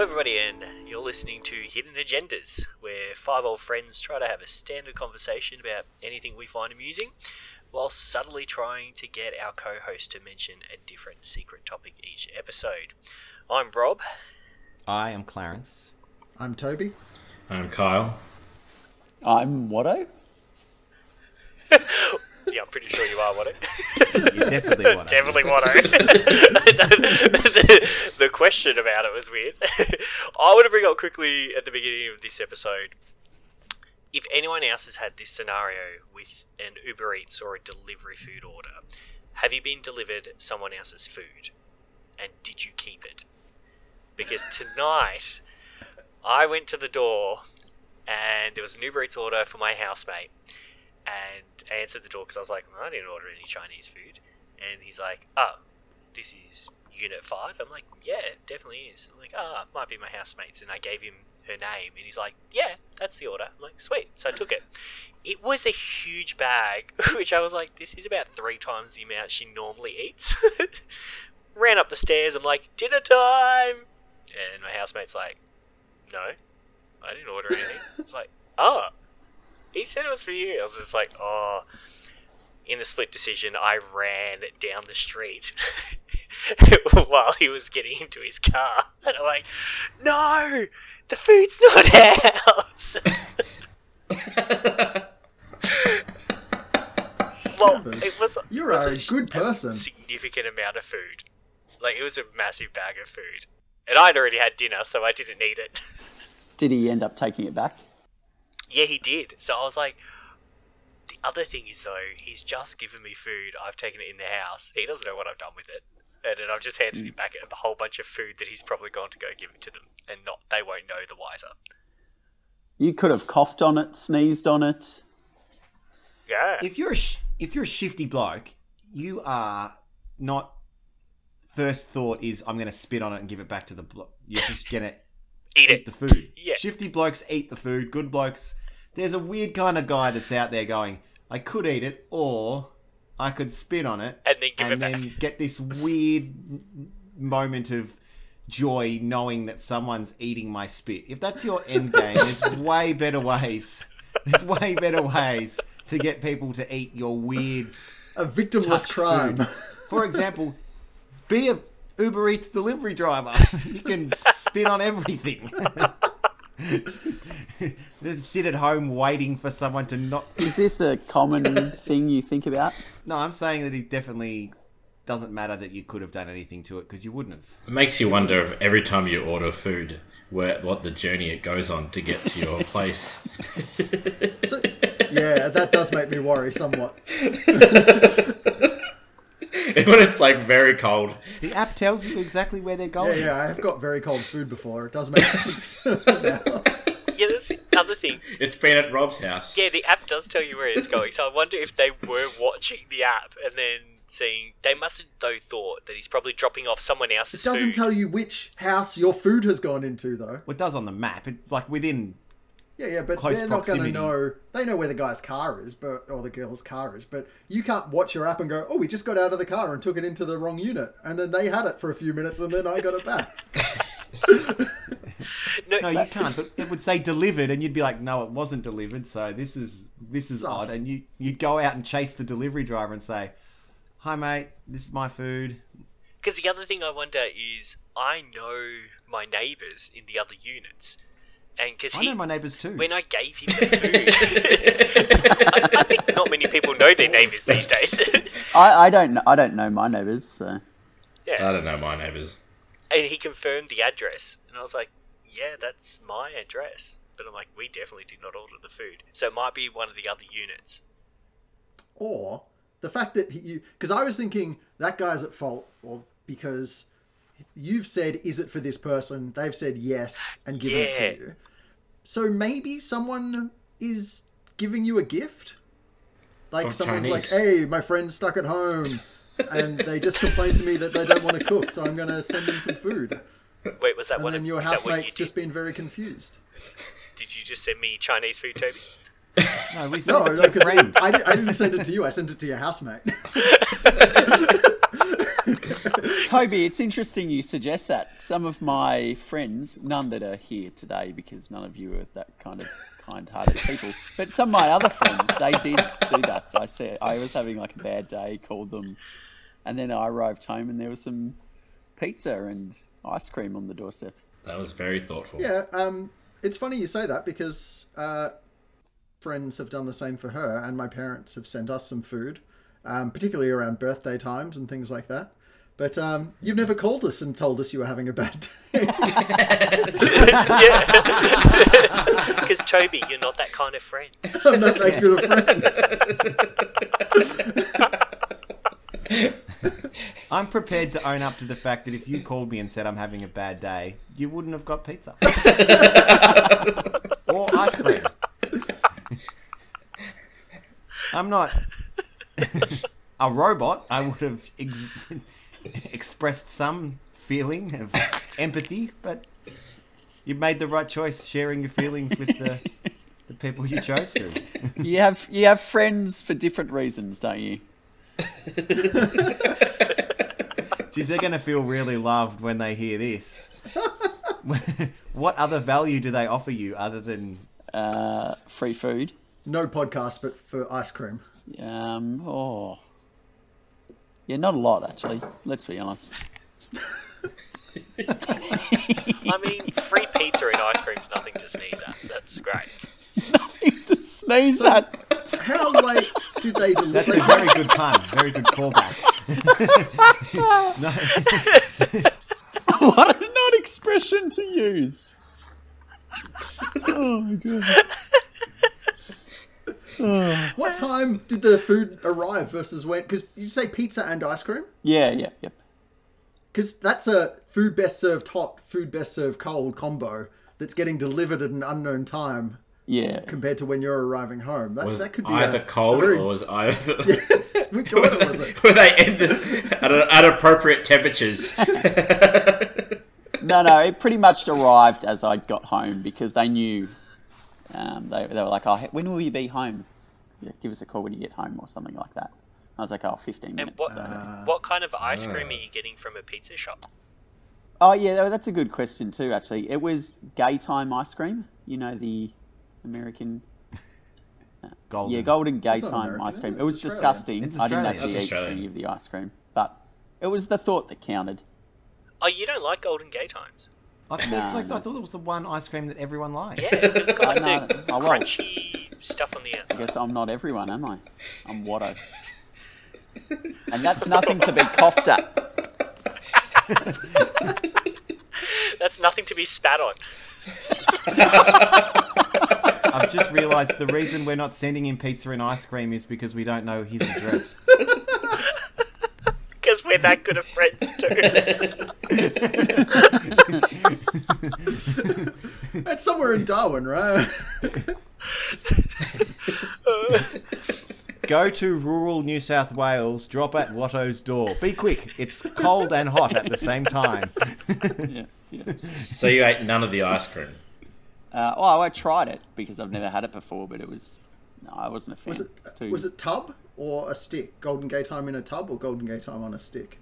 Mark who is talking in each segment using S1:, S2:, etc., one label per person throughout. S1: everybody, and you're listening to Hidden Agendas, where five old friends try to have a standard conversation about anything we find amusing, while subtly trying to get our co host to mention a different secret topic each episode. I'm Rob,
S2: I am Clarence.
S3: I'm Toby.
S4: I'm Kyle.
S5: I'm Watto.
S1: Yeah, I'm pretty sure you are Watto.
S2: You definitely want to.
S1: Definitely Watto. the, the question about it was weird. I want to bring up quickly at the beginning of this episode if anyone else has had this scenario with an Uber Eats or a delivery food order, have you been delivered someone else's food? And did you keep it? Because tonight, I went to the door and there was an Uber Eats order for my housemate and I answered the door because I was like, "Well, I didn't order any Chinese food. And he's like, oh, this is Unit 5? I'm like, yeah, it definitely is. I'm like, ah, it might be my housemates. And I gave him her name. And he's like, yeah, that's the order. I'm like, sweet. So I took it. It was a huge bag, which I was like, this is about three times the amount she normally eats. Ran up the stairs. I'm like, dinner time. And my housemate's like, no, I didn't order anything. it's like, oh, he said it was for you. I was just like, oh. In the split decision, I ran down the street while he was getting into his car. And I'm like, no, the food's not ours. well, it was.
S3: You're
S1: it was
S3: a good person.
S1: Significant amount of food. Like, it was a massive bag of food. And I'd already had dinner, so I didn't need it.
S5: Did he end up taking it back?
S1: Yeah, he did. So I was like, the other thing is though, he's just given me food. I've taken it in the house. He doesn't know what I've done with it, and then I've just handed him back a whole bunch of food that he's probably gone to go give it to them, and not they won't know the wiser.
S5: You could have coughed on it, sneezed on it.
S1: Yeah,
S2: If you're a sh- if you're a shifty bloke, you are not. First thought is I'm going to spit on it and give it back to the bloke. You're just going to
S1: eat
S2: eat
S1: it.
S2: the food.
S1: Yeah.
S2: Shifty blokes eat the food. Good blokes. There's a weird kind of guy that's out there going, I could eat it or I could spit on it
S1: And then give it
S2: and
S1: back.
S2: then get this weird moment of joy knowing that someone's eating my spit. If that's your end game, there's way better ways. There's way better ways to get people to eat your weird
S3: A victimless
S2: touch
S3: crime.
S2: food. For example, be a Uber Eats delivery driver. You can spit on everything. Just sit at home waiting for someone to not.
S5: Is this a common thing you think about?
S2: No, I'm saying that he definitely doesn't matter that you could have done anything to it because you wouldn't have.
S4: It makes you wonder if every time you order food, where what the journey it goes on to get to your place.
S3: So- yeah, that does make me worry somewhat.
S4: when it's like very cold,
S2: The app tells you exactly where they're
S3: Yeah,
S2: going.
S3: yeah, I have got very cold food before. It does make sense. now.
S1: Yeah, that's the other thing.
S4: it's been at Rob's house.
S1: Yeah, the app does tell you where it's going. So I wonder if they were watching the app and then seeing. They must have though thought that he's probably dropping off someone
S3: It
S1: else's
S3: doesn't
S1: food.
S3: tell you which house your food has gone into, though.
S2: Well, it does on the map. It, like within.
S3: Yeah, yeah, but
S2: Close
S3: they're not going to
S2: proximity.
S3: know. They know where the guy's car is, but or the girl's car is, but you can't watch your app and go, "Oh, we just got out of the car and took it into the wrong unit," and then they had it for a few minutes, and then I got it back.
S2: No, you can't. But it would say delivered, and you'd be like, "No, it wasn't delivered." So this is this is
S3: Sus.
S2: odd. And you you'd go out and chase the delivery driver and say, "Hi, mate. This is my food."
S1: Because the other thing I wonder is, I know my neighbours in the other units, and because
S2: I
S1: he,
S2: know my neighbours too.
S1: when I gave him the food, I, I think not many people know their neighbours these days.
S5: I, I don't know. I don't know my neighbours. So.
S4: I
S1: yeah,
S4: don't know my neighbors.
S1: and he confirmed the address, and I was like, "Yeah, that's my address." But I'm like, "We definitely did not order the food, so it might be one of the other units."
S3: or the fact that he- you because i was thinking that guy's at fault well because you've said is it for this person they've said yes and given it
S1: Yeah.
S3: to you so maybe someone is giving you a gift like
S4: Or
S3: someone's
S4: Chinese.
S3: like hey my friend's stuck at home and they just complained to me that they don't want to cook so i'm going to send them some food
S1: Wait, was that
S3: and
S1: one
S3: then
S1: of
S3: your
S1: is that what you
S3: housemate's
S1: did?
S3: just been very confused
S1: Did you just send me Chinese food, Toby?
S2: no, we
S3: no
S2: sent it
S3: no
S2: to a
S3: because
S2: friend.
S3: I, di- I didn't send it to you i sent it to your housemate
S5: Toby, it's interesting you suggest that. Some of my friends, none that are here today because none of you are that kind of kind-hearted people, but some of my other friends, they did do that. I said I was having like a bad day, called them, and then I arrived home and there was some pizza and ice cream on the doorstep.
S4: That was very thoughtful.
S3: Yeah, um, it's funny you say that because uh, friends have done the same for her, and my parents have sent us some food, um, particularly around birthday times and things like that. But um, you've never called us and told us you were having a bad day.
S1: Because Toby, you're not that kind of friend.
S3: I'm not that good a friend.
S2: I'm prepared to own up to the fact that if you called me and said I'm having a bad day, you wouldn't have got pizza or ice cream. I'm not a robot. I would have ex- expressed some feeling of empathy, but you made the right choice sharing your feelings with the, the people you chose to.
S5: You have you have friends for different reasons, don't you?
S2: Geez, they're going to feel really loved when they hear this. what other value do they offer you other than
S5: Uh, free food.
S3: No podcast, but for ice cream.
S5: Um, oh, yeah, not a lot actually. Let's be honest.
S1: I mean, free pizza and ice cream's nothing to sneeze at. That's great.
S5: to sneeze at.
S3: How late did they
S2: That's
S3: deliver?
S2: a very good pun. Very good callback. no,
S5: What an odd expression to use. Oh my god.
S3: What time did the food arrive versus when? Because you say pizza and ice cream.
S5: Yeah, yeah, yep.
S3: Because that's a food best served hot, food best served cold combo that's getting delivered at an unknown time
S5: Yeah.
S3: compared to when you're arriving home. That,
S4: Was
S3: that could be
S4: either
S3: a,
S4: cold
S3: a very-
S4: or was either
S3: which order was it?
S4: were they in the, at, at appropriate temperatures?
S5: No, no, it pretty much arrived as I got home because they knew. Um, they, they were like, oh, when will you be home? Yeah, give us a call when you get home or something like that. I was like, oh, 15
S1: And
S5: minutes.
S1: what
S5: so-
S1: what kind of ice cream are you getting from a pizza shop?
S5: Oh, yeah, tha- that's a good question too, actually. It was gay time ice cream. You know, the American.
S2: golden.
S5: Yeah, golden gay
S3: That's not
S5: time
S3: American,
S5: ice cream.
S3: is it?
S5: It was
S3: It's Australian.
S5: disgusting.
S2: It's
S5: I didn't
S2: Australian.
S5: actually
S4: That's
S5: eat
S4: Australian.
S5: any of the ice cream, but it was the thought that counted.
S1: Oh, you don't like Golden Gay Times?
S2: I, thought that's like, I thought it was the one ice cream that everyone liked.
S1: Yeah, it's got
S5: I
S1: like the
S5: know, I won't.
S1: crunchy stuff on the
S5: I
S1: outside.
S5: guess I'm not everyone, am I? I'm Watto. and that's nothing to be coughed at.
S1: That's nothing to be spat on.
S2: I've just realised the reason we're not sending him pizza and ice cream is because we don't know his address.
S1: Because we're that good of friends too.
S3: That's somewhere in Darwin, right?
S2: Go to rural New South Wales, drop at Watto's door. Be quick, it's cold and hot at the same time.
S5: Yeah, yeah.
S4: so you ate none of the ice cream.
S5: Uh, oh, I tried it because I've never had it before, but it was. No, I wasn't a fan.
S3: Was it,
S5: was too,
S3: was it tub or a stick? Golden Gay time in a tub or Golden Gay time on a stick?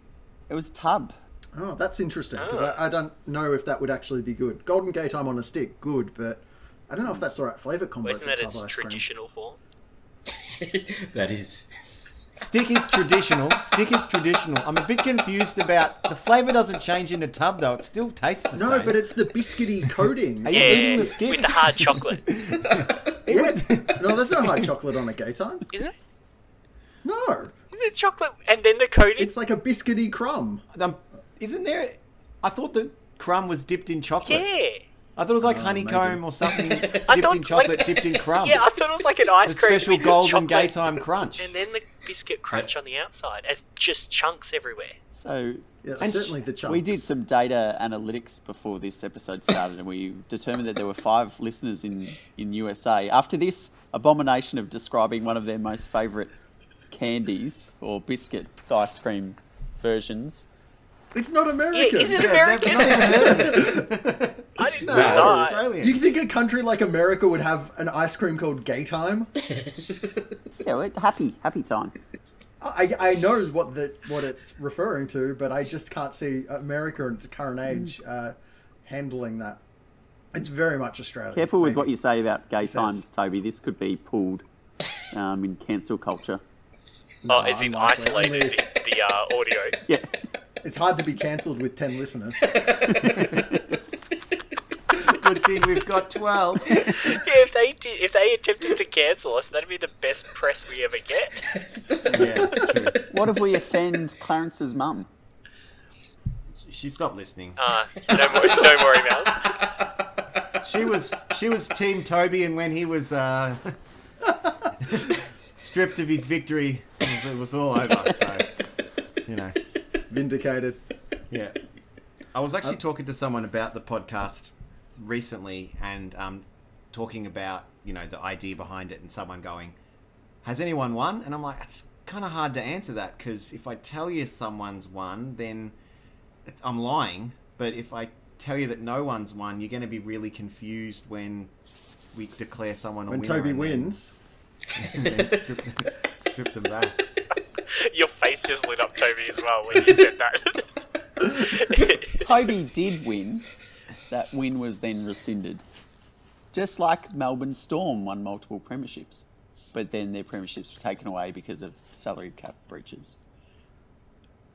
S5: it was tub.
S3: Oh, that's interesting because
S1: Ah.
S3: I, I don't know if that would actually be good. Golden Gay time on a stick, good, but I don't know if that's the right flavour combo.
S1: Isn't
S3: for
S1: that
S3: tub
S1: its
S3: ice cream.
S1: traditional form?
S4: That is.
S2: Stick is traditional. Stick is traditional. I'm a bit confused about the flavour doesn't change in a tub though. It still tastes the
S3: No,
S2: same.
S3: but it's the biscuity coating.
S2: you
S1: Yeah,
S2: eating the stick?
S1: with the hard chocolate,
S3: no, there's no hard chocolate on a gay time.
S1: isn't it?
S3: No,
S1: Isn't it chocolate and then the coating?
S3: it's like a biscuity crumb.
S2: Um, isn't there? I thought the crumb was dipped in chocolate.
S1: yeah.
S2: I thought it was like honeycomb
S3: maybe.
S2: or something dipped
S1: I
S2: in
S1: thought, like-
S2: chocolate, dipped in crumb.
S1: Yeah, I thought it was like an ice
S2: a
S1: cream
S2: Oh. special
S1: with the
S2: golden gay
S1: chocolate
S2: time crunch.
S1: and then the biscuit crunch on the outside as just chunks everywhere.
S5: So
S3: Yeah,
S2: And
S3: certainly the chunks.
S5: We did some data analytics before this episode started, and we determined that there were five listeners in, in USA. After this abomination of describing one of their most favourite candies or biscuit ice cream versions,
S3: It's not
S1: Yeah,
S3: American.
S1: is it
S2: Yeah,
S1: American?
S2: they've not heard of it.
S1: I didn't know
S2: That's
S1: that.
S2: Australian.
S3: You think a country like America would have an ice cream called Gay Time?
S5: yeah, we're happy, happy time.
S3: I, I know what the what it's referring to, but I just can't see America in its current age uh, handling that. It's very much Australia.
S5: Careful with
S3: maybe.
S5: what you say about gay
S3: says-
S5: signs, Toby. This could be pulled um, in cancel culture.
S1: Oh, as in
S3: unlikely.
S1: isolated the, the uh, audio.
S5: Yeah.
S3: It's hard to be cancelled with ten listeners.
S2: Good thing we've got 12.
S1: Yeah, if they did, if they attempted to cancel us, that'd be the best press we ever get.
S2: Yeah, it's true.
S5: What if we offend Clarence's mum?
S2: She stopped listening.
S1: Uh, no, more, no worry, Mouse.
S2: She was she was Team Toby, and when he was uh, stripped of his victory, it was, it was all over. So, you know,
S3: Vindicated.
S2: yeah. I was actually talking to someone about the podcast recently, and um, talking about you know the idea behind it, and someone going, "Has anyone won?" And I'm like, it's kind of hard to answer that because if I tell you someone's won, then it's, I'm lying. But if I tell you that no one's won, you're going to be really confused when we declare someone a
S3: When
S2: winner
S3: Toby
S2: and then-
S3: wins,
S2: and then strip, them, strip them back.
S1: Your face just lit up, Toby, as well when you said that.
S5: Toby did win. That win was then rescinded. Just like Melbourne Storm won multiple premierships, but then their premierships were taken away because of salary cap breaches.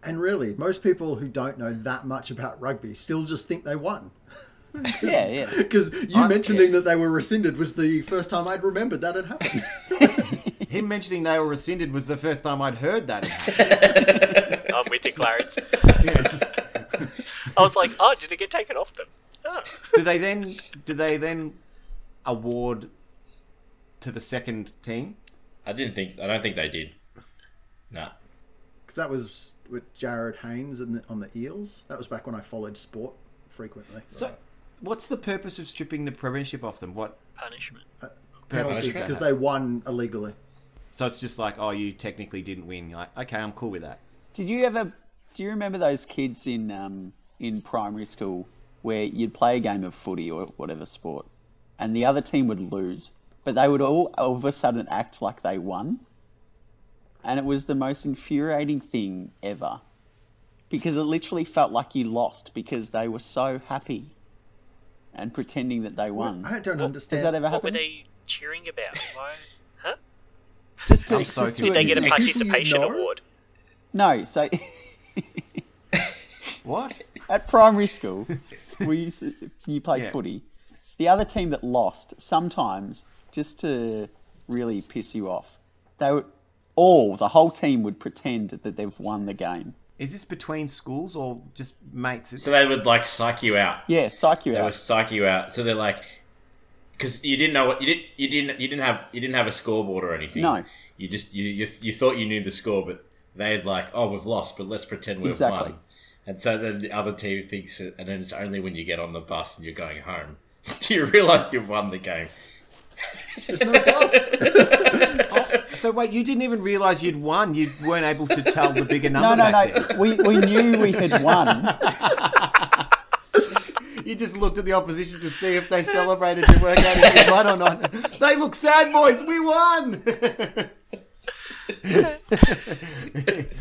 S3: and really, most people who don't know that much about rugby still just think they won.
S5: Yeah, yeah.
S3: Because you
S2: I-
S3: mentioning that they were rescinded was the first time I'd remembered that had happened.
S2: Him mentioning they were rescinded was the first time I'd heard that.
S1: I'm with you, Clarence. I was like, oh, did it get taken off them? Oh.
S2: do they then do they then award to the second team?
S4: I didn't think. I don't think they did. Nah.
S3: Because that was with Jared Haynes and the, on the Eels. That was back when I followed sport frequently.
S2: So, what's the purpose of stripping the premiership off them? What
S1: Punishment.
S2: purpose is
S3: because
S2: that?
S3: they won illegally.
S2: so it's just like, oh, you technically didn't win. You're like, okay, I'm cool with that.
S5: Did you ever? Do you remember those kids in um, in primary school where you'd play a game of footy or whatever sport, and the other team would lose, but they would all all of a sudden act like they won, and it was the most infuriating thing ever, because it literally felt like you lost because they were so happy, and pretending that they won.
S3: I don't
S5: Has
S3: understand.
S5: that ever
S1: What were
S5: happened?
S1: they cheering about? Why? Huh?
S5: Just to,
S2: I'm so
S5: just to
S2: confused.
S1: They get a
S5: exist.
S1: participation
S3: know?
S1: award.
S5: No, so.
S2: What?
S5: at primary school, we used to, you played
S2: Yeah.
S5: footy. The other team that lost, sometimes just to really piss you off, they would all the whole team would pretend that they've won the game.
S2: Is this between schools or just mates?
S4: So they would like psych you out.
S5: Yeah, psych you
S4: They would
S5: out.
S4: psych you out. So they're like, because you didn't know what you did. You didn't. You didn't have. You didn't have a scoreboard or anything.
S5: No.
S4: You just you you, you thought you knew the score, but they'd like, oh, we've lost, but let's pretend we've
S5: Exactly.
S4: won. And so then the other team thinks, it, and then it's only when you get on the bus and you're going home do you realize you've won the game.
S3: There's no bus.
S2: so wait, you didn't even realize you'd won. You weren't able to tell the bigger
S5: No,
S2: number.
S5: no,
S2: back
S5: no. We, we knew we had won.
S2: Then. You just looked at the opposition to see if they celebrated to work out if you won or not. They look sad, boys. We won.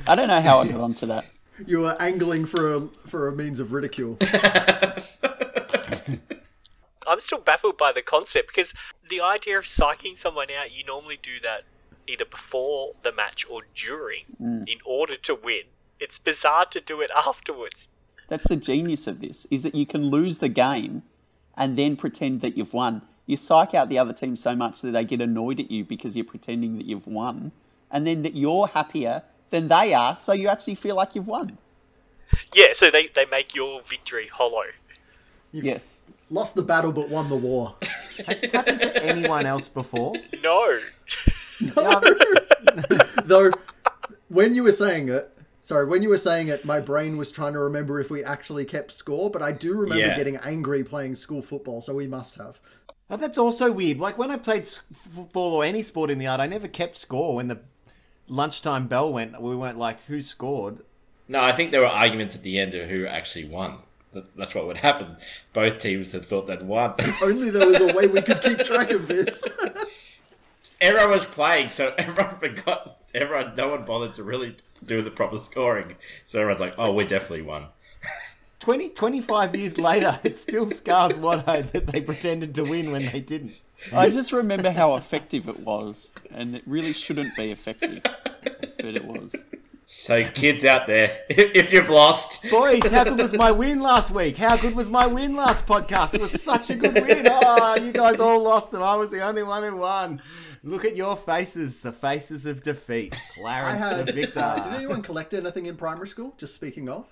S5: I don't know how I got onto that.
S3: you were angling for a for a means of ridicule.
S1: I'm still baffled by the concept because the idea of psyching someone out, you normally do that either before the match or during in order to win. It's bizarre to do it afterwards.
S5: That's the genius of this is that you can lose the game and then pretend that you've won. You psych out the other team so much that they get annoyed at you because you're pretending that you've won, and then that you're happier than they are, so you actually feel like you've won.
S1: Yeah, so they, they make your victory hollow.
S5: Yes.
S3: Lost the battle but won the war.
S2: Has this happened to anyone else before?
S1: No.
S2: Yeah,
S3: Though, when you were saying it, sorry, when you were saying it, my brain was trying to remember if we actually kept score. But I do remember
S4: Yeah.
S3: getting angry playing school football, so we must have.
S2: But that's also weird. Like when I played s- football or any sport in the yard, I never kept score. When the lunchtime bell went, we weren't like, "Who scored?"
S4: No, I think there were arguments at the end of who actually won. That's that's what would happen. Both teams had thought they'd won.
S3: Only there was a way we could keep track of this.
S4: everyone was playing, so everyone forgot. Everyone, no one bothered to really do the proper scoring. So everyone's like, "Oh, we definitely won."
S2: 20, 25 years later, it still scars Watto that they pretended to win when they didn't.
S5: I just remember how effective it was, and it really shouldn't be effective, but it was.
S4: So kids out there, if if you've lost,
S2: Boys, how good was my win last week? How good was my win last podcast? It was such a good win. Oh, you guys all lost, and I was the only one who won. Look at your faces, the faces of defeat.
S3: I
S2: Clarence
S3: had.
S2: and Victor.
S3: Uh, did anyone collect anything in primary school? Just speaking of,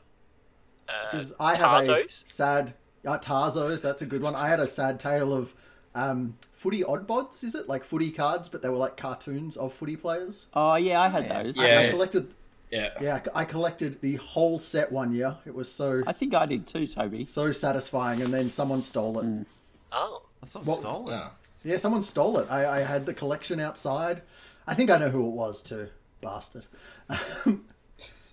S1: Uh,
S3: because I have a
S1: Tarzos?
S3: sad uh, Tarzos. That's a good one. I had a sad tale of um, footy odd bods. Is it like footy cards, but they were like cartoons of footy players?
S5: Oh yeah, I had those.
S3: And I
S4: Yeah.
S3: collected.
S4: yeah,
S3: Yeah, I collected the whole set one year. It was so
S5: I think I did too, Toby.
S3: so satisfying, and then someone stole it.
S1: Oh,
S2: Someone stole it.
S4: Yeah.
S3: Yeah, someone stole it. I, I had the collection outside. I think I know who it was too, bastard. but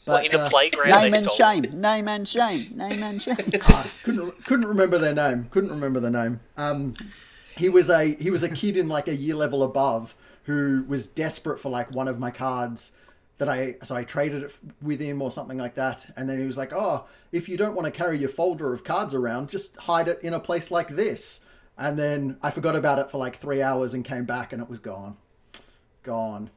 S1: well, in the
S3: uh,
S1: playground
S5: Name
S1: they
S5: and
S1: stole.
S5: shame. Name and shame. Name and shame.
S3: I couldn't couldn't remember their name. Couldn't remember their name. Um, he was a he was a kid in like a year level above who was desperate for like one of my cards that I so I traded it f- with him or something like that. And then he was like, "Oh, if you don't want to carry your folder of cards around, just hide it in a place like this." And then I forgot about it for like three hours and came back and it was gone, gone.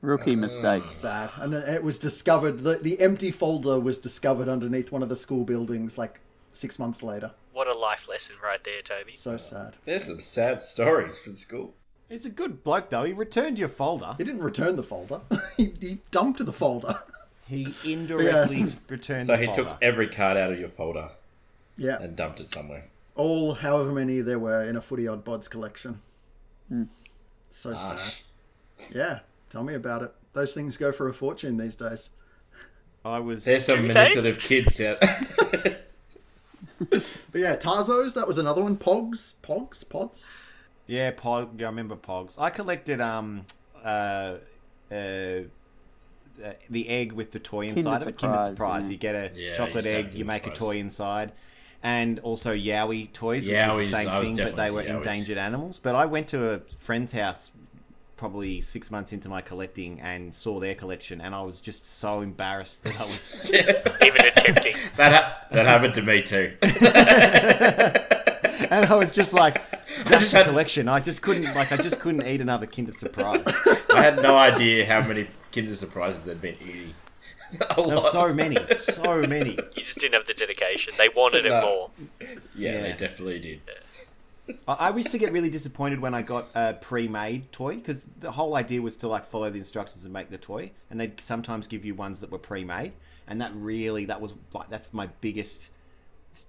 S5: Rookie mistake.
S3: sad. And then it was discovered the the empty folder was discovered underneath one of the school buildings like six months later.
S1: What a life lesson right there, Toby.
S3: So sad.
S4: There's some sad stories from school.
S2: It's a good bloke, though. He returned your folder.
S3: He didn't return the folder. he, he dumped the folder.
S2: He indirectly
S3: Yes.
S2: returned
S4: So
S2: the
S4: he
S2: folder.
S4: took every card out of your folder
S3: Yeah.
S4: and dumped it somewhere.
S3: All however many there were in a footy odd bods collection. Hmm. So
S4: Ash.
S3: sad. Yeah. Tell me about it. Those things go for a fortune these days.
S2: I was.
S4: There's some
S1: Do they?
S4: manipulative kids out.
S3: But yeah, Tarzos, that was another one. Pogs. Pogs? Pods?
S2: Yeah, Pog. I remember Pogs. I collected um uh uh, uh the egg with the toy
S5: Kinder
S2: inside of it. Kinder
S5: Surprise,
S2: Surprise.
S5: yeah.
S2: You get a
S4: Yeah,
S2: chocolate
S4: you said
S2: egg, you
S4: Kinder
S2: make a
S4: Surprise.
S2: toy inside, and also Yowie toys, which was
S4: Yowies,
S2: the same
S4: I was
S2: thing, but they
S4: definitely
S2: were
S4: into Yowies.
S2: endangered animals. But I went to a friend's house probably six months into my collecting and saw their collection, and I was just so embarrassed that I was.
S1: Even attempting.
S4: That ha- that happened to me too.
S2: and I was just like, "That's
S4: just
S2: a
S4: had-
S2: collection." I just couldn't like. I just couldn't eat another Kinder Surprise.
S4: I had no idea how many Kinder Surprises they'd been eating. A
S2: There were
S4: lot.
S2: so many, so many.
S1: You just didn't have the dedication. They wanted it
S4: No.
S1: more.
S4: yeah, they
S2: Yeah.
S4: definitely did.
S2: I I used to get really disappointed when I got a pre-made toy because the whole idea was to like follow the instructions and make the toy, and they'd sometimes give you ones that were pre-made, and that really that was like that's my biggest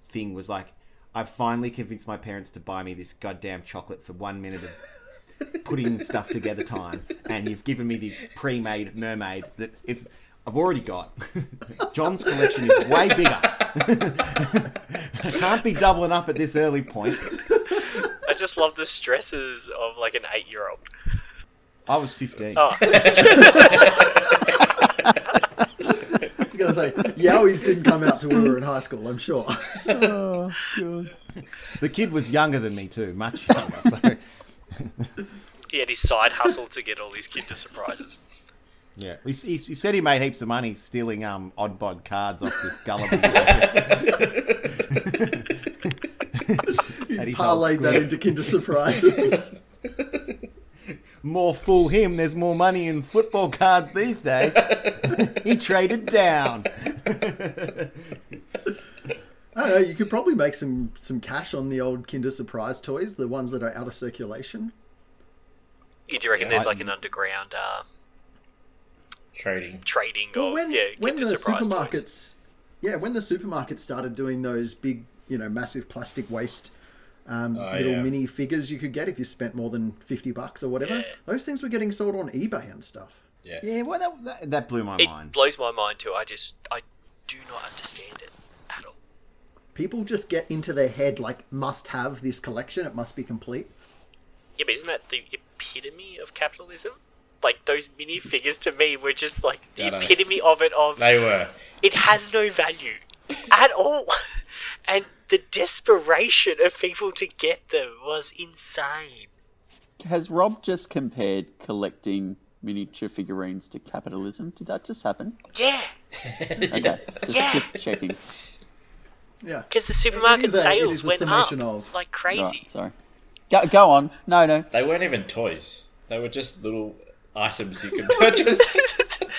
S2: thing was like I finally convinced my parents to buy me this goddamn chocolate for one minute of putting stuff together time, and you've given me the pre-made mermaid that is I've already got. John's collection is way bigger. I can't be doubling up at this early point.
S1: I just love the stresses of like an eight-year-old.
S2: I was 15.
S1: Oh,
S3: I was going to say, Yowies didn't come out till we were in high school, I'm sure.
S2: The kid was younger than me too, much younger. So
S1: he had his side hustle to get all these Kinder surprises.
S2: yeah, he, he, he said he made heaps of money stealing um odd bod cards off this gullible. bloke. At his old
S3: Parlayed that
S2: school.
S3: into Kinder Surprises.
S2: More fool him. There's more money in football cards these days. he traded down.
S3: I don't know. You could probably make some some cash on the old Kinder Surprise toys, the ones that are out of circulation.
S1: Yeah, do you reckon there's
S2: I-
S1: like an underground uh,
S4: Trading.
S1: trading
S3: Well,
S1: of
S3: when
S1: Oh, yeah
S3: when
S1: Kinder
S3: the
S1: surprise toys?
S3: supermarkets, yeah, when the supermarkets started doing those big, you know, massive plastic waste um,
S4: Oh,
S3: little
S4: yeah.
S3: mini figures you could get if you spent more than fifty bucks or whatever,
S1: Yeah.
S3: those things were getting sold on eBay and stuff.
S4: Yeah.
S2: Yeah, well that that, that blew my
S1: It
S2: mind.
S1: blows my mind too. I just I do not understand it at all.
S3: People just get into their head like, must have this collection; it must be complete.
S1: Yeah, but isn't that the epitome of capitalism? Like those mini figures to me were just like the
S4: Yeah, no.
S1: epitome of it. Of
S4: They were.
S1: it has no value at all, and the desperation of people to get them was insane.
S5: has Rob just compared collecting miniature figurines to capitalism? Did that just happen?
S1: Yeah,
S5: Okay, just,
S1: Yeah.
S5: just checking.
S3: Yeah.
S1: because the
S3: It
S1: supermarket
S3: is a- it
S1: sales
S3: is a
S1: went up
S3: summation of-
S1: like crazy.
S5: Right, sorry. Go, go on. No, no.
S4: They weren't even toys. They were just little items you could purchase.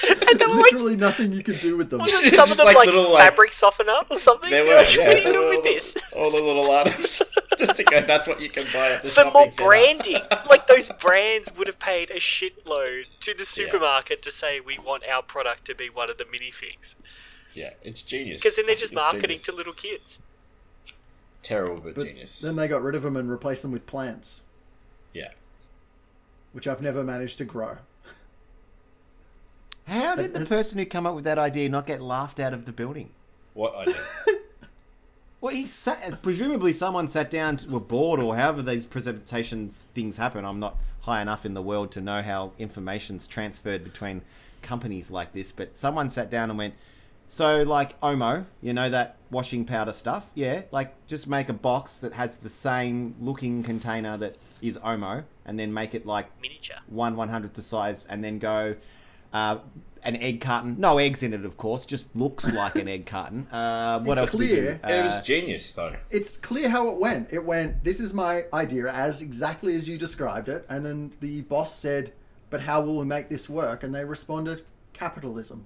S1: And they were like,
S3: Literally nothing you could do with them.
S1: wasn't
S4: It's
S1: some of
S4: just
S1: them like,
S4: like little, like-
S1: fabric softener or something?
S4: They
S1: You're
S4: were.
S1: like,
S4: yeah,
S1: what do you
S4: they were
S1: do
S4: all
S1: with
S4: the-
S1: this?
S4: All the little items. just to go. That's what you can buy at the
S1: For
S4: shopping
S1: more
S4: centre."
S1: branding, like those brands would have paid a shitload to the supermarket to say we want our product to be one of the minifigs,
S4: Yeah, it's genius.
S1: because then they're
S4: I
S1: just
S4: think it's
S1: marketing
S4: genius.
S1: to little kids.
S4: terrible but,
S3: But
S4: genius.
S3: then they got rid of them and replaced them with plants,
S4: yeah.
S3: which I've never managed to grow.
S2: How did the person who come up with that idea not get laughed out of the building?
S4: What idea?
S2: Well, he sat, as presumably someone sat down, to, were bored, or however these presentations things happen. I'm not high enough in the world to know how information's transferred between companies like this, but someone sat down and went, "So, like Omo, you know that washing powder stuff? Yeah, like just make a box that has the same looking container that is Omo, and then make it like
S1: Miniature.
S2: one one hundredth the size, and then go uh, an egg carton. No eggs in it, of course. Just looks like an egg carton. Uh, what
S3: It's
S2: else? we
S3: clear.
S2: do?
S4: it was
S2: Uh,
S4: genius though.
S3: It's clear how it went. It went, this is my idea as exactly as you described it. And then the boss said, but how will we make this work? And they responded, capitalism.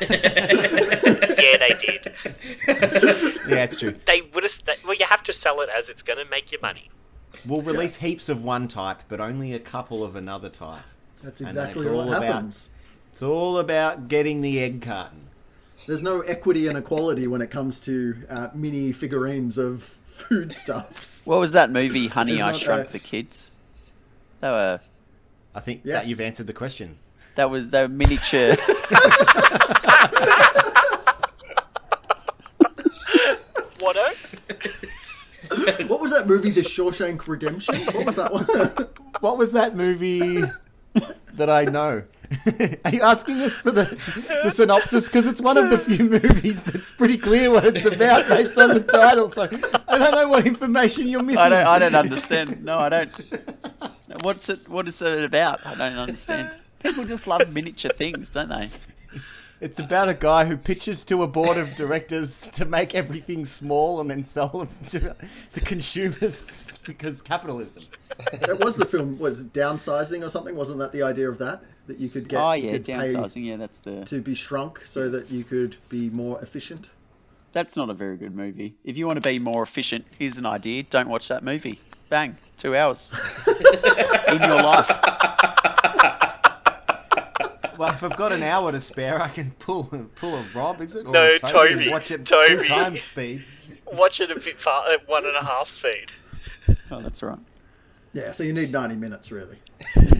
S1: Yeah, they did.
S2: yeah, it's true.
S1: They would have. They, well, you have to sell it as it's going to make you money.
S2: We'll release heaps of one type, but only a couple of another type.
S3: That's
S2: And
S3: exactly
S2: it's
S3: what
S2: all about-
S3: happens.
S2: It's all about getting the egg carton.
S3: There's no equity and equality when it comes to uh, mini figurines of foodstuffs.
S5: What was that movie, Honey,
S3: It's
S5: I
S3: not,
S5: Shrunk
S3: uh,
S5: the Kids? They were
S2: I think
S3: Yes.
S2: that you've answered the question.
S5: that was the miniature.
S1: Watto?
S3: What was that movie, The Shawshank Redemption? What was that one?
S2: What was that movie that I know? Are you asking us for the, the synopsis? Because it's one of the few movies that's pretty clear what it's about based on the title. So I don't know what information you're missing.
S5: I don't. I don't understand. No, I don't. What's it? What is it about? I don't understand. People just love miniature things, don't they?
S2: It's about a guy who pitches to a board of directors to make everything small and then sell them to the consumers because capitalism.
S3: that was the film. Was it downsizing or something? Wasn't that the idea of that? That you could get.
S5: Oh
S3: you
S5: yeah,
S3: could pay
S5: downsizing. Yeah, that's the.
S3: To be shrunk so that you could be more efficient.
S5: That's not a very good movie. If you want to be more efficient, here's an idea: don't watch that movie. Bang, two hours in your life.
S2: Well, if I've got an hour to spare, I can pull pull a Rob, is it? Or
S1: No,
S2: a Toby and
S1: Toby.
S2: Watch it
S1: Toby.
S2: full time speed.
S1: Watch it a bit far at one and a half speed.
S5: Oh, that's all right.
S3: Yeah, so you need 90 minutes really.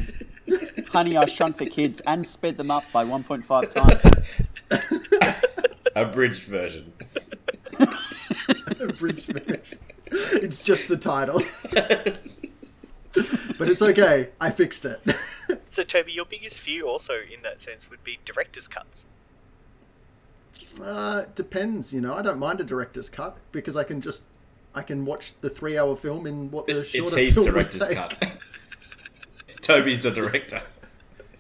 S5: Honey, I shrunk the kids and sped them up by 1.5 times.
S4: Abridged version.
S3: Abridged version. It's just the title. but it's okay. I fixed it.
S1: So, Toby, your biggest fear also in that sense would be director's cuts.
S3: Uh, it depends, you know. I don't mind a director's cut because I can just I can watch the three-hour film in what the
S4: It's
S3: shorter
S4: his
S3: film would
S4: director's
S3: take.
S4: cut. Toby's the director.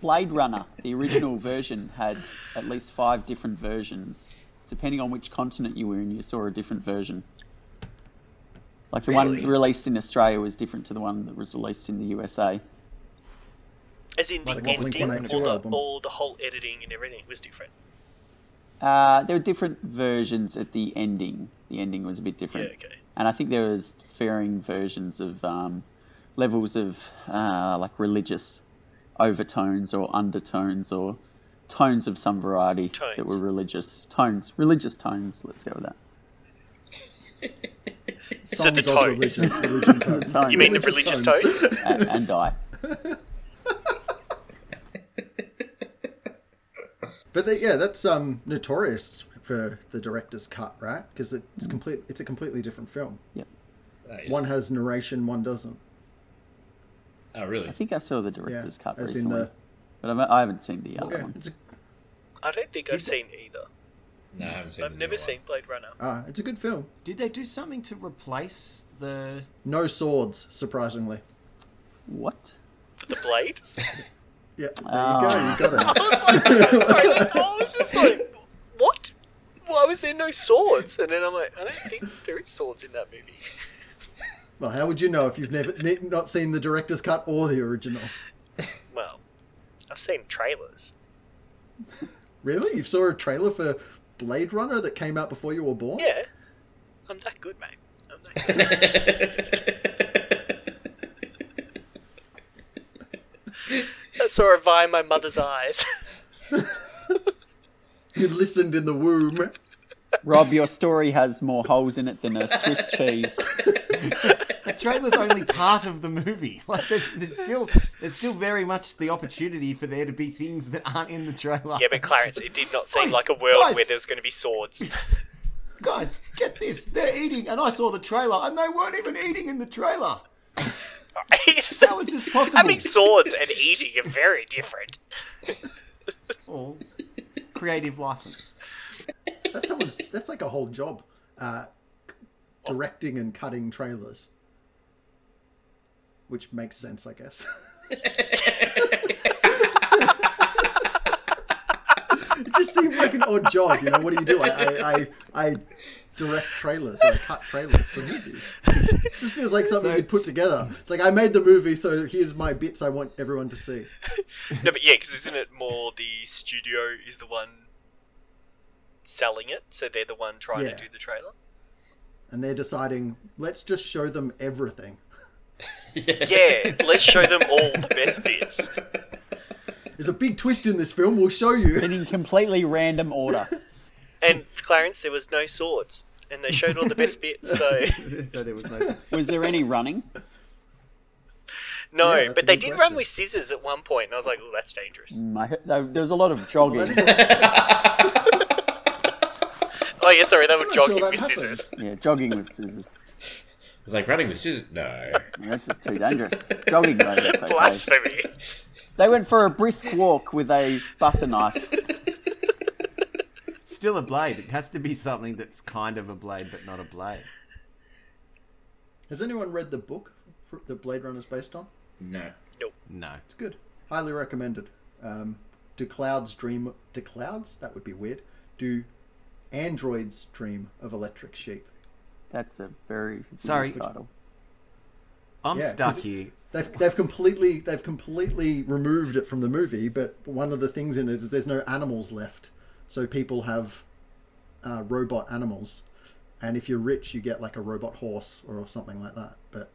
S5: Blade Runner, the original version, had at least five different versions. Depending on which continent you were in, you saw a different version. Like the
S4: Really?
S5: one released in Australia was different to the one that was released in the USA.
S1: As in the
S3: Like what
S1: ending,
S3: Blink-182
S1: all the,
S3: album.
S1: all the whole editing and everything was different.
S5: Uh, there were different versions at the ending. The ending was a bit
S1: Yeah,
S5: different.
S1: okay.
S5: and I think there was varying versions of um, levels of uh, like religious overtones or undertones or tones of some variety that
S1: Tones.
S5: were religious tones, religious tones. Let's go with that.
S1: So the
S3: Songs of
S1: tones.
S3: religion, religion tones.
S5: Tones.
S1: You mean the religious tones?
S5: A- and die.
S3: But they, yeah, that's um notorious for the director's cut, right? Because
S1: Hmm.
S3: it's complete. It's a completely different film.
S5: Yep.
S4: Nice.
S3: One has narration, one doesn't.
S4: Oh, really?
S5: I think I saw the
S3: Yeah,
S5: director's cut
S3: as
S5: recently,
S3: in
S5: but I've, I haven't seen the
S3: the.
S5: other
S3: Yeah,
S5: one.
S3: it's a,
S1: I don't think I've seen either.
S4: No, I haven't seen the
S1: I've
S4: new
S1: never
S4: one.
S1: seen Blade Runner.
S3: ah, it's a good film.
S2: Did they do something to replace the?
S3: No swords, surprisingly.
S5: What?
S1: for the blade.
S3: Yeah, there you go. You got it.
S1: Sorry, like, I was just like, what? Why was there no swords? And then I'm like, I don't think there is swords in that movie.
S3: Well, how would you know if you've never ne- not seen the director's cut or the original?
S1: Well, I've seen trailers.
S3: Really? You saw a trailer for Blade Runner that came out before you were born?
S1: Yeah, I'm that good, mate. I'm that good. I saw it via my mother's eyes.
S3: You listened in the womb.
S5: Rob, your story has more holes in it than a Swiss cheese.
S2: The trailer's only part of the movie. Like, there's, there's still there's still very much the opportunity for there to be things that aren't in the trailer.
S1: yeah, but Clarence, it did not seem
S2: Oi,
S1: like a world
S2: guys.
S1: where there's going to be swords.
S2: Guys, get this. They're eating, and I saw the trailer, and they weren't even eating in the trailer. How is this possible?
S1: Having swords and eating are very different.
S2: Oh, creative license.
S3: That's someone's. That's like a whole job, uh, c- directing and cutting trailers, which makes sense, I guess. it just seems like an odd job, you know. What do you do? I I, I, I direct trailers or I cut trailers for movies. It just feels like something you'd put together. It's like I made the movie, so here's my bits I want everyone to see.
S1: No, but yeah, because isn't it more the studio is the one selling it, so they're the one trying
S3: Yeah.
S1: to do the trailer?
S3: And they're deciding, let's just show them everything.
S1: Yeah, let's show them all the best bits.
S3: There's a big twist in this film. We'll show you.
S5: And in completely random order.
S1: And Clarence, there was no swords, and they showed all the best bits. So
S2: So there was no.
S5: Was there any running?
S1: no,
S3: Yeah, that's a
S1: but they
S3: good
S1: did
S3: question.
S1: run with scissors at one point, and I was like, "Oh, that's dangerous."
S5: Mm, I, heard- there there was a lot of jogging.
S3: That is a-
S1: Oh yeah, sorry, they were
S3: not
S1: jogging
S3: sure that
S1: with
S3: happened.
S1: scissors.
S5: Yeah, jogging with scissors.
S4: It's like running with scissors. No.
S5: Yeah, That's just too dangerous. Jogging though, that's okay.
S1: Blasphemy.
S5: They went for a brisk walk with a butter knife.
S2: Still a blade. It has to be something that's kind of a blade, but not a blade.
S3: Has anyone read the book for, that Blade Runner is based on?
S4: No.
S2: No.
S3: It's good. Highly recommended. Um, do clouds dream? Do clouds? That would be weird. Do androids dream of electric sheep?
S5: That's a very weird
S2: Sorry.
S5: title.
S2: I'm
S3: Yeah,
S2: stuck
S3: 'cause it-
S2: here.
S3: They've, they've completely they've completely removed it from the movie. But one of the things in it is there's no animals left, so people have uh, robot animals. And if you're rich, you get like a robot horse or something like that, but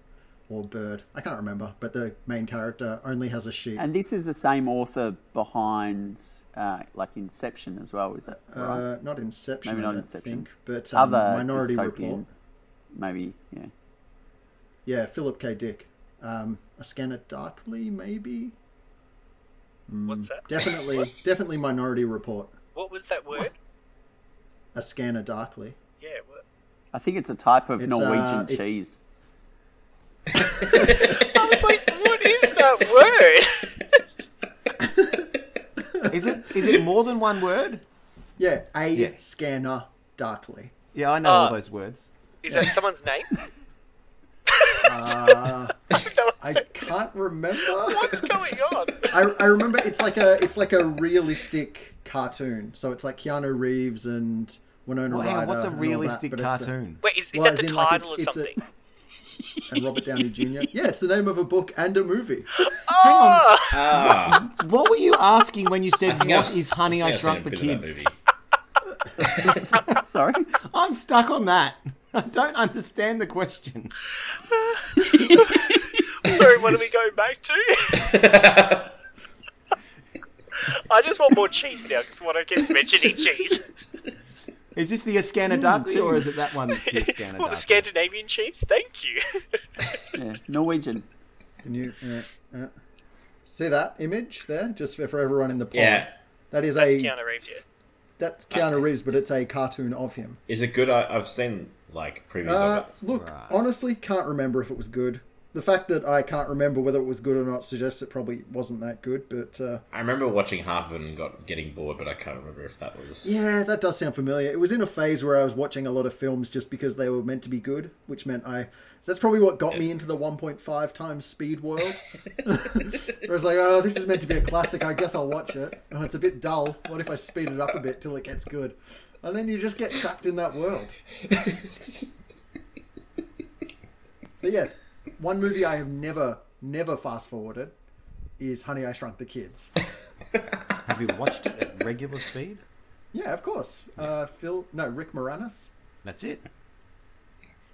S3: or bird. I can't remember. But the main character only has a sheep.
S5: And this is the same author behind, uh, like Inception as well. Is that right?
S3: Uh, not Inception,
S5: Maybe
S3: I
S5: not
S3: don't
S5: Inception.
S3: think, but um,
S5: Other
S3: Minority
S5: dystopian,
S3: Report.
S5: maybe. Yeah.
S3: Yeah, Philip K. Dick. Um, a Scanner Darkly, maybe. Mm.
S1: What's that?
S3: Definitely, definitely Minority Report.
S1: What was that word?
S3: A Scanner Darkly.
S1: Yeah. What?
S5: I think it's a type of
S3: It's,
S5: Norwegian
S3: uh, it-
S5: cheese.
S1: I was like, "What is that word?"
S2: Is it is it more than one word?
S3: Yeah, a
S2: Yeah.
S3: Scanner Darkly.
S2: Yeah, I know
S1: Uh,
S2: all those words.
S1: Is that someone's name?
S3: Uh,
S1: No,
S3: I
S1: so-
S3: can't remember.
S1: what's going on?
S3: I, I remember it's like a it's like a realistic cartoon. So it's like Keanu Reeves and Winona
S2: Well, hang
S3: Ryder.
S2: on, what's a
S3: and all that,
S2: realistic
S3: but it's a-
S2: cartoon?
S1: Wait, is, is
S3: Well,
S1: that
S3: as
S1: the
S3: in,
S1: title
S3: like, it's-
S1: of
S3: it's a-
S1: something?
S3: and Robert Downey Jr. Yeah, it's the name of a book and a movie.
S1: Oh!
S4: Ah.
S2: What were you asking when you said,
S4: think I've-
S2: "What is Honey, I
S4: think I've seen a
S2: Shrunk the
S4: bit of that
S2: Kids"?
S4: movie.
S5: Sorry.
S2: I'm stuck on that. I don't understand the question.
S1: Sorry, what are we going back to? I just want more cheese now because Wano keeps mentioning cheese.
S2: Is this the
S5: Hmm.
S2: Ascana Darkly or is it that one? The Ascana
S1: Well, the
S2: Darkly?
S1: Scandinavian cheese, thank you.
S5: Yeah, Norwegian.
S3: Can you uh, uh, see that image there? Just for, for everyone in the pod.
S4: Yeah.
S3: That is
S1: That's
S3: a
S1: Keanu Reeves here.
S3: that's Keanu Reeves, but it's a cartoon of him.
S4: Is it good? I, I've seen like previews
S3: Uh,
S4: of it.
S3: look,
S2: Right.
S3: honestly, can't remember if it was good. the fact that I can't remember whether it was good or not suggests it probably wasn't that good. But uh,
S4: I remember watching half of it and got getting bored, but I can't remember if that was.
S3: yeah, that does sound familiar. It was in a phase where I was watching a lot of films just because they were meant to be good, which meant I. That's probably what got me into the 1.5 times speed world. Where I was like, oh, this is meant to be a classic. I guess I'll watch it. Oh, it's a bit dull. What if I speed it up a bit till it gets good? And then you just get trapped in that world. But yes, one movie I have never, never fast forwarded is Honey, I Shrunk the Kids.
S2: Have you watched it at regular speed?
S3: Yeah, of course. Uh, Phil, no, Rick Moranis.
S2: That's it.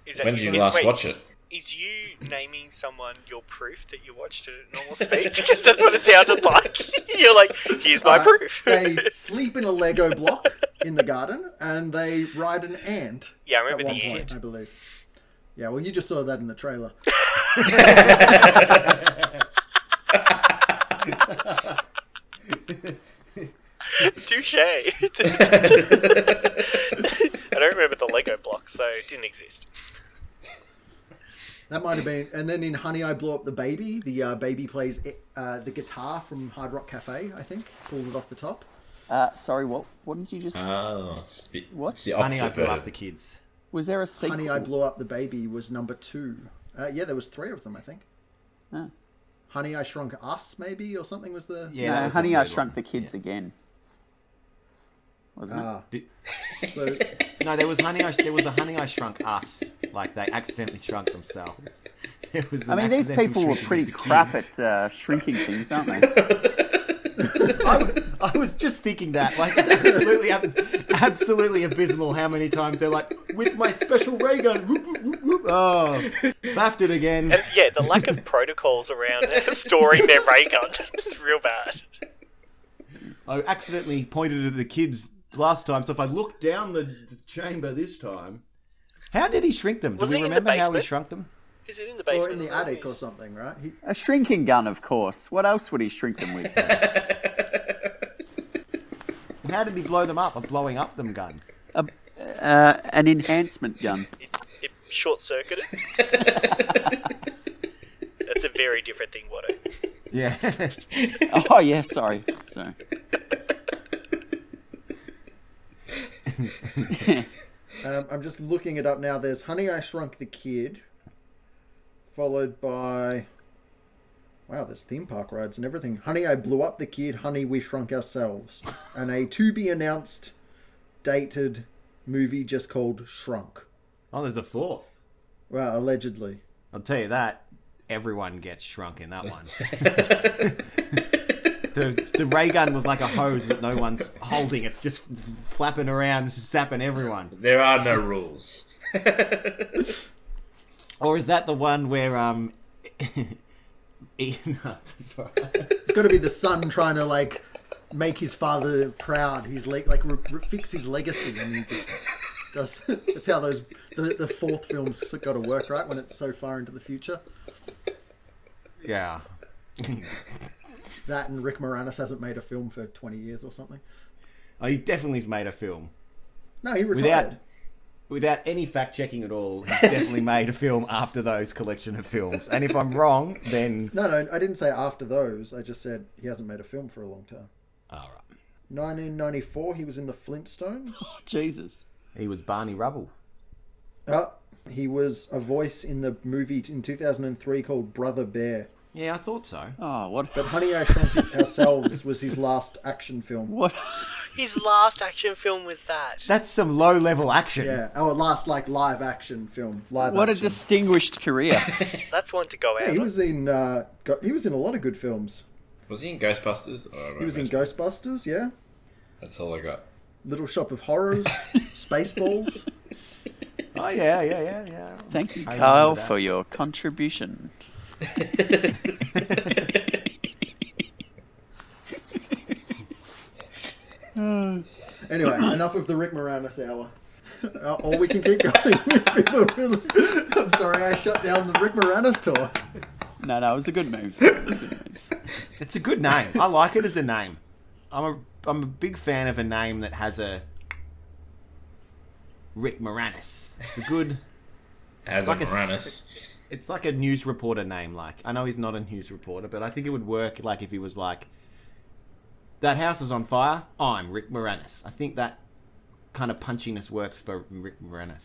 S1: Is that,
S4: when did you
S1: is-
S4: last
S1: wait,
S4: watch it?
S1: Is you naming someone your proof that you watched it at normal speed? Because that's what it sounded like. You're like, here's my
S3: Uh,
S1: proof.
S3: they sleep in a Lego block in the garden and they ride an ant.
S1: Yeah, I remember
S3: at one
S1: the
S3: point,
S1: ant.
S3: I believe. Yeah, well, you just saw that in the trailer.
S1: Touche. I don't remember the Lego block, so it didn't exist.
S3: That might have been. And then in Honey, I Blew Up the Baby, the uh, baby plays uh, the guitar from Hard Rock Cafe, I think, pulls it off the top.
S5: Uh, sorry, what? What did you just?
S3: Uh,
S4: Oh, it's the,
S5: What?
S4: It's the
S2: Honey, I
S4: opposite
S2: blew
S4: bird.
S2: up the kids.
S5: was there a sequel?
S3: Honey, I Blew Up the Baby was number two. Uh, yeah, there was three of them, I think.
S5: Oh.
S3: Honey, I Shrunk Us, maybe, or something was the.
S2: Yeah, that
S5: no,
S2: was the
S5: Honey, I
S2: third
S5: Shrunk
S2: one.
S5: the Kids again. Wasn't
S3: Ah,
S2: Did-
S3: so
S2: No, there was honey. I, there was a honey. I shrunk us. Like they accidentally shrunk themselves. It was.
S5: it? I
S2: an
S5: mean, these
S2: accidental
S5: people were
S2: shrinking of
S5: pretty
S2: the
S5: crap
S2: kids.
S5: at uh, shrinking things, aren't they?
S2: I was, I was just thinking that, like, it's absolutely, ab- absolutely abysmal. How many times they're like, with my special ray gun, whoop, whoop, whoop, whoop. oh, baffed it again.
S1: And yeah, the lack of protocols around storing their ray gun is real bad.
S2: I accidentally pointed at the kids last time, so if I look down the, the chamber this time, how did he shrink them? Do
S1: Was
S2: we
S1: it in the
S2: remember how he
S1: basement?
S2: shrunk them?
S1: Is it in the
S3: or
S1: basement?
S3: in the
S1: well?
S3: attic or
S1: Is-
S3: something, right? He,
S5: A shrinking gun, of course. What else would he shrink them with?
S2: How did he blow them up? A blowing up them gun.
S5: a, uh, an enhancement gun.
S1: It, it short circuited. That's a very different thing, Watto.
S2: Yeah,
S5: Oh yeah, sorry, sorry.
S3: Um, I'm just looking it up now. There's Honey, I Shrunk the Kid, followed by. Wow, there's theme park rides and everything. Honey, I Blew Up the Kid, Honey, We Shrunk Ourselves. And a to be announced, dated movie just called Shrunk.
S2: oh, there's a fourth.
S3: Well, allegedly.
S2: I'll tell you that everyone gets shrunk in that one. the, the ray gun was like a hose that no one's holding. It's just flapping around, zapping everyone.
S4: There are no rules.
S2: Or is that the one where um? E- no, sorry.
S3: It's got to be the son trying to, like, make his father proud. He's le- like, re- re- fix his legacy. And he just does. That's how those. The, the fourth film's got to work, right? When it's so far into the future.
S2: yeah.
S3: that and Rick Moranis hasn't made a film for 20 years or something.
S2: Oh, he definitely's made a film
S3: No, he
S2: without
S3: retired.
S2: without any fact checking at all. He's definitely made a film after those collection of films. And if I'm wrong, then
S3: No, no, I didn't say after those. I just said he hasn't made a film for a long time.
S2: all right.
S3: 1994, he was in The Flintstones.
S5: Jesus.
S2: He was Barney Rubble.
S3: Uh, he was a voice in the movie in 2003 called Brother Bear.
S2: Yeah, I thought so.
S5: Oh, what?
S3: But Honey, I Shrunk It Ourselves was his last action film.
S5: What?
S1: His last action film was that.
S2: That's some low level action.
S3: Yeah, our last like live action film. Live
S5: What a
S3: action.
S5: distinguished career.
S1: That's one to go out.
S3: Yeah, he
S1: on.
S3: was in uh, go- he was in a lot of good films.
S4: Was he in Ghostbusters? Oh,
S3: He was in Ghostbusters, yeah.
S4: That's all I got.
S3: Little Shop of Horrors, Spaceballs.
S2: Oh yeah, yeah, yeah, yeah.
S5: Thank you,
S2: I remember
S5: Carl,
S2: that.
S5: for your contribution.
S3: Anyway, enough of the Rick Moranis hour. Uh, or we can keep going. People really... I'm sorry, I shut down the Rick Moranis talk.
S5: No, no, it was a good move. It was a good move.
S2: It's a good name. I like it as a name. I'm a I'm a big fan of a name that has a Rick Moranis. It's a good
S4: As
S2: Like
S4: a
S2: a s-
S4: Moranis.
S2: It's like a news reporter name. Like I know he's not a news reporter, but I think it would work. Like if he was like, "That house is on fire. I'm Rick Moranis." I think that kind of punchiness works for Rick Moranis.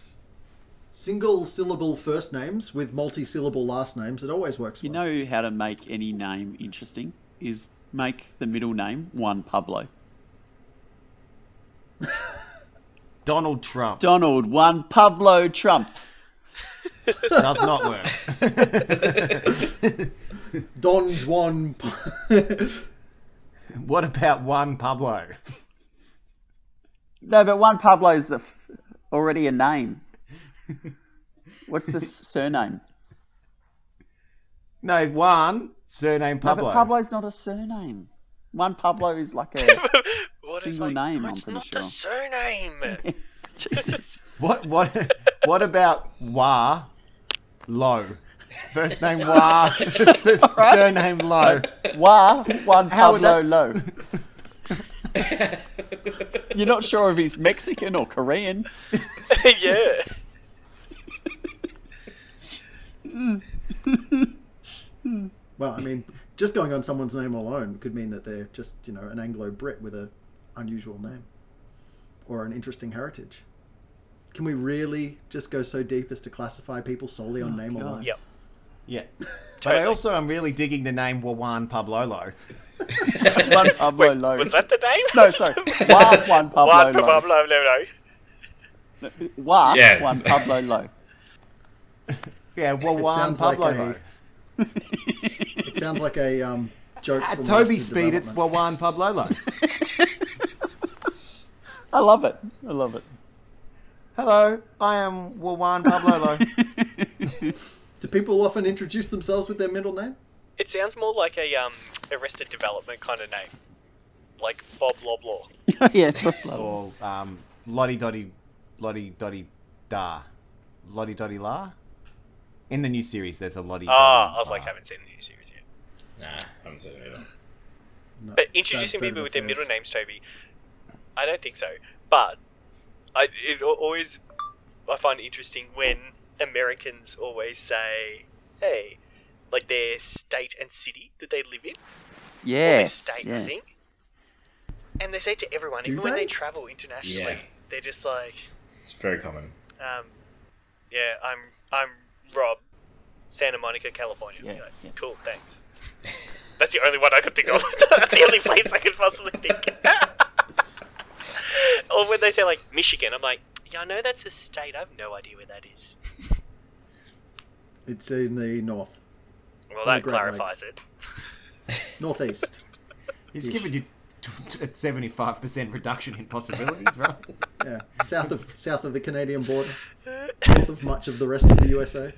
S3: Single syllable first names with multi syllable last names. It always works.
S5: You
S3: well.
S5: know how to make any name interesting is make the middle name Juan Pablo.
S2: Donald Trump
S5: Donald Juan Pablo Trump.
S2: does not work.
S3: Don Juan.
S2: What about Juan Pablo?
S5: No, but Juan Pablo's a f- already a name. What's the s- surname?
S2: No, Juan surname
S5: No,
S2: Pablo.
S5: but Pablo's not a surname. Juan Pablo is like a
S1: What
S5: Single name, I'm
S1: It's
S5: pretty
S1: not
S5: sure.
S1: the surname.
S5: Jesus.
S2: What what what about Wa Low? First name Wa, surname Low.
S5: Wah Juan
S2: How would
S5: Pablo Low. You're not sure if he's Mexican or Korean.
S1: yeah.
S3: well, I mean, just going on someone's name alone could mean that they're just you know an Anglo Brit with a unusual name or an interesting heritage. Can we really just go so deep as to classify people solely on name
S5: Oh, God.
S3: alone?
S1: Yep.
S2: Yeah, but I also am really digging the name Juan Pablo Low.
S5: Juan Pablo
S1: Wait,
S5: Low.
S1: was that the name?
S5: No, sorry. Wah Juan Pablo
S1: Juan
S5: Low.
S1: Pablo Low. Low.
S5: Wah
S4: Yes.
S5: Juan Pablo Low.
S2: Yeah, Juan
S3: sounds like
S2: Pablo
S3: a-
S2: Low.
S3: It sounds like a um, joke.
S2: At
S3: from
S2: Toby
S3: Arrested
S2: speed, it's
S3: Development.
S2: Juan Pablo Low.
S5: I love it. I love it.
S2: Hello, I am Juan Pablo Low.
S3: Do people often introduce themselves with their middle name?
S1: It sounds more like a um, Arrested Development kind of name, like Bob Loblaw.
S5: yeah, Pablo.
S2: or um, Lottie Dottie, Lottie Dottie Da, Lottie Dottie La. In the new series, there's a Lottie.
S1: Ah,
S2: Dottie
S1: I was like,
S2: La.
S1: I haven't seen the new series yet.
S4: Nah, I'm saying it.
S3: No,
S1: But
S3: that's
S1: introducing
S3: very
S1: people with their
S3: offense.
S1: middle names, Toby, I don't think so. But I, it al- always I find interesting when Americans always say, "Hey," like their state and city that they live in, or their
S5: Yes.
S1: state, I
S5: Yeah.
S1: think. And they say it to everyone,
S3: Do
S1: even when
S3: they?
S1: they travel internationally,
S4: Yeah.
S1: they're just like,
S4: It's very common.
S1: um, "Yeah, I'm I'm Rob, Santa Monica, California."
S5: Yeah,
S1: You're like,
S5: yeah.
S1: Cool, thanks. That's the only one I could think of. That's the only place I could possibly think. or when they say like Michigan, I'm like, yeah, I know that's a state. I have no idea where that is.
S3: It's in the north,
S1: Well,
S3: On the
S1: that
S3: Great Lakes.
S1: clarifies it.
S3: northeast.
S2: He's given you a seventy-five percent reduction in possibilities, right?
S3: yeah, south of south of the Canadian border, north of much of the rest of the USA.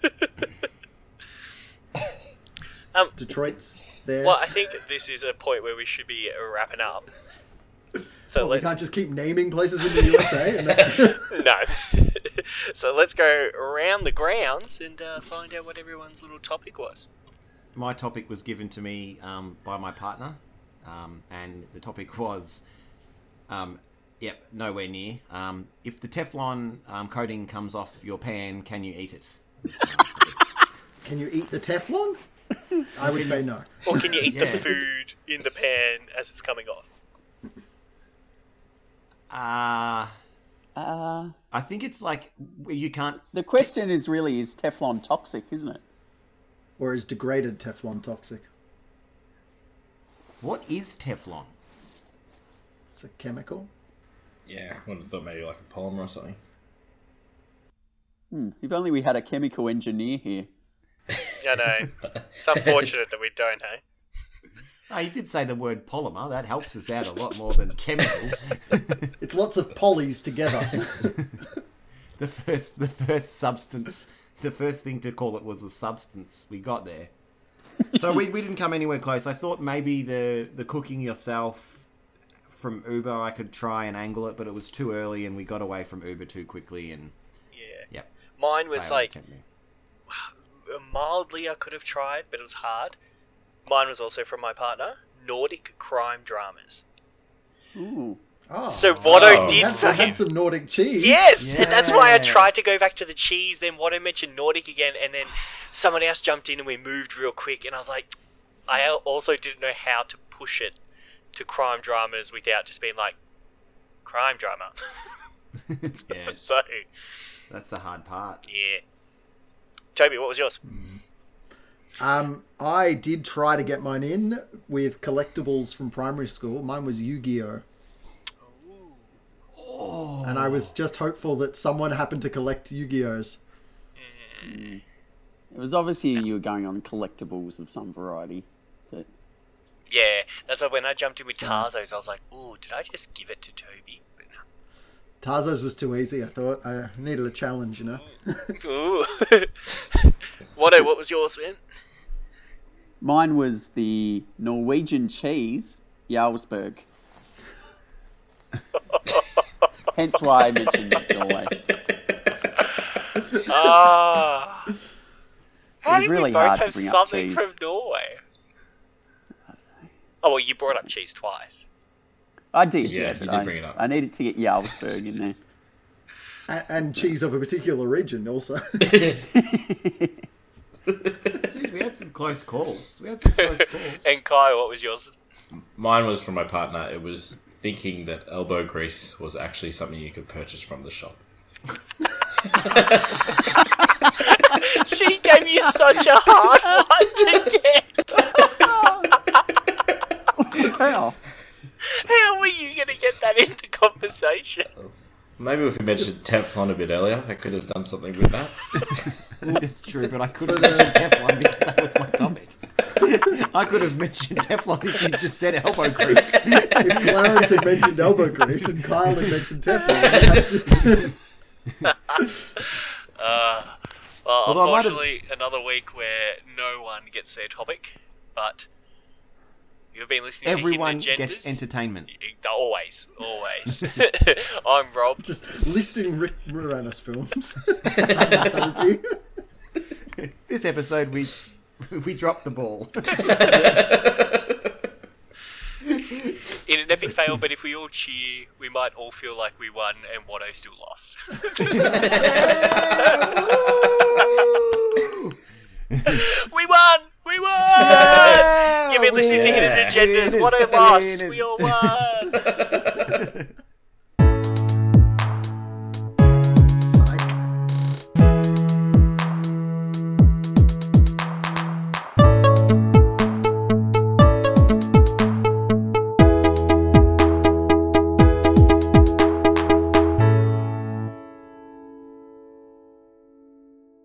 S1: Um,
S3: Detroit's there.
S1: Well, I think this is a point where we should be wrapping up. So
S3: Well, we
S1: let's
S3: can't just keep naming places in the USA. And that's...
S1: No. so let's go around the grounds and uh, find out what everyone's little topic was.
S2: my topic was given to me um, by my partner, um, and the topic was, um, yep, nowhere near. Um, if the Teflon um, coating comes off your pan, can you eat it?
S3: Can you eat the Teflon? I would say no.
S1: Or can you eat the
S2: Yeah.
S1: food in the pan as it's coming off?
S2: Uh,
S5: Uh,
S2: I think it's like you can't.
S5: the question is really is Teflon toxic, isn't it?
S3: Or is degraded Teflon toxic?
S2: What is Teflon?
S3: It's a chemical.
S4: Yeah, I would have thought maybe like a polymer or something.
S5: Hmm. If only we had a chemical engineer here.
S1: I know. It's unfortunate that we don't, hey?
S2: Oh, you did say the word polymer. That helps us out a lot more than chemical.
S3: It's lots of polys together.
S2: the first, the first substance, the first thing to call it was a substance. We got there, so we, we didn't come anywhere close. I thought maybe the the cooking yourself from Uber, I could try and angle it, but it was too early, and we got away from Uber too quickly. And
S1: Yeah.
S2: yep,
S1: Mine was
S2: failed
S1: like
S2: attempt there.
S1: mildly I could have tried, but it was hard. Mine was also from my partner Nordic crime dramas.
S5: Ooh.
S3: Oh,
S1: So Watto
S4: Oh.
S1: did
S3: had,
S1: for him.
S3: had some Nordic cheese.
S1: Yes, and that's why I
S2: Yeah.
S1: tried to go back to the cheese. Then Watto mentioned Nordic again, and then someone else jumped in and we moved real quick, and I was like, I al- also didn't know how to push it to crime dramas without just being like, crime drama.
S2: yeah,
S1: so,
S2: that's the hard part.
S1: yeah. Toby, what was yours?
S3: Um, I did try to get mine in with collectibles from primary school. Mine was Yu-Gi-Oh. And I was just hopeful that someone happened to collect Yu-Gi-Ohs.
S5: It was obviously you were going on collectibles of some variety. That
S1: Yeah, that's why when I jumped in with Tarzos, I was like, ooh, did I just give it to Toby? But no.
S3: Tarzos was too easy, I thought. I needed a challenge, you know.
S1: Ooh. Watto, what was yours, man?
S5: mine was the Norwegian cheese Jarlsberg. Hence why I mentioned Norway. It
S1: Ah. How
S5: was
S1: did
S5: really
S1: we both
S5: hard to
S1: have
S5: bring up
S1: something
S5: cheese.
S1: from Norway? Oh well, you brought up cheese twice.
S5: I did.
S4: Yeah,
S5: Yeah,
S4: you
S5: but
S4: did
S5: I,
S4: bring it up.
S5: I needed to get Jarlsberg in there.
S3: and, and cheese of a particular region also.
S2: Jeez, we had some close calls. We had some close calls.
S1: And Kai, what was yours?
S4: Mine was from my partner. It was thinking that elbow grease was actually something you could purchase from the shop.
S1: She gave you such a hard one to get.
S5: Wow.
S1: How were you going to get that in the conversation?
S4: Maybe if we mentioned Teflon a bit earlier, I could have done something with that.
S2: That's true, but I couldn't mention Teflon because that was my topic. I could have mentioned Teflon if you just said elbow grease.
S3: if Clarence had mentioned elbow grease and Kyle had mentioned Teflon.
S1: Well,
S2: Although I might have-
S1: Uh, unfortunately, another week where no one gets their topic, but you've been listening
S2: Everyone
S1: to Hidden Agendas.
S2: gets entertainment.
S1: Always, always. I'm Rob.
S3: Just listing Rick Moranis films.
S2: This episode, we we dropped the ball.
S1: in an epic fail, but if we all cheer, we might all feel like we won and Watto still lost. we won! We won! You've been listening to
S2: Yeah.
S1: Hidden Agendas.
S2: It is-
S1: Watto
S2: it
S1: lost.
S2: is.
S1: We all won.